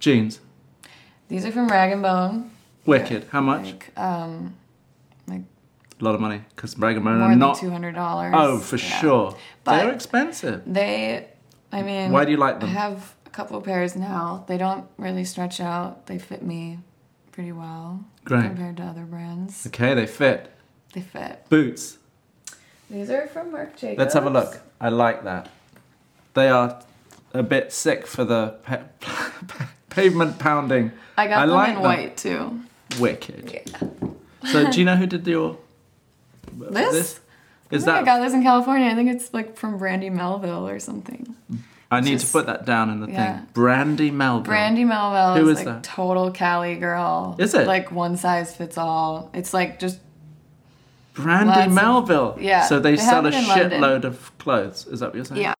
Jeans. These are from Rag and Bone. Wicked. How much? Like, um, like a lot of money. Because Rag and Bone more are than not. two hundred dollars. Oh, for sure. But- They're expensive. They, I mean, Why do you like them? I have a couple pairs now. They don't really stretch out. They fit me pretty well Great. compared to other brands. Okay, they fit. They fit. Boots. These are from Marc Jacobs. Let's have a look. I like that. They are a bit sick for the pa- pavement pounding. I got I them like in them. white too. Wicked. Yeah. So, do you know who did your. This? Oh Is I think that. I got this in California. I think it's like from Brandy Melville or something. Oh. I need just- to put that down in the yeah. thing. Brandy Melville. Brandy Melville Who is, is like that? total Cali girl. Is it? Like one size fits all. It's like just Brandy Lots of- Melville. yeah, So they, they sell have a it in London. shitload of clothes. Is that what you're saying? Yeah.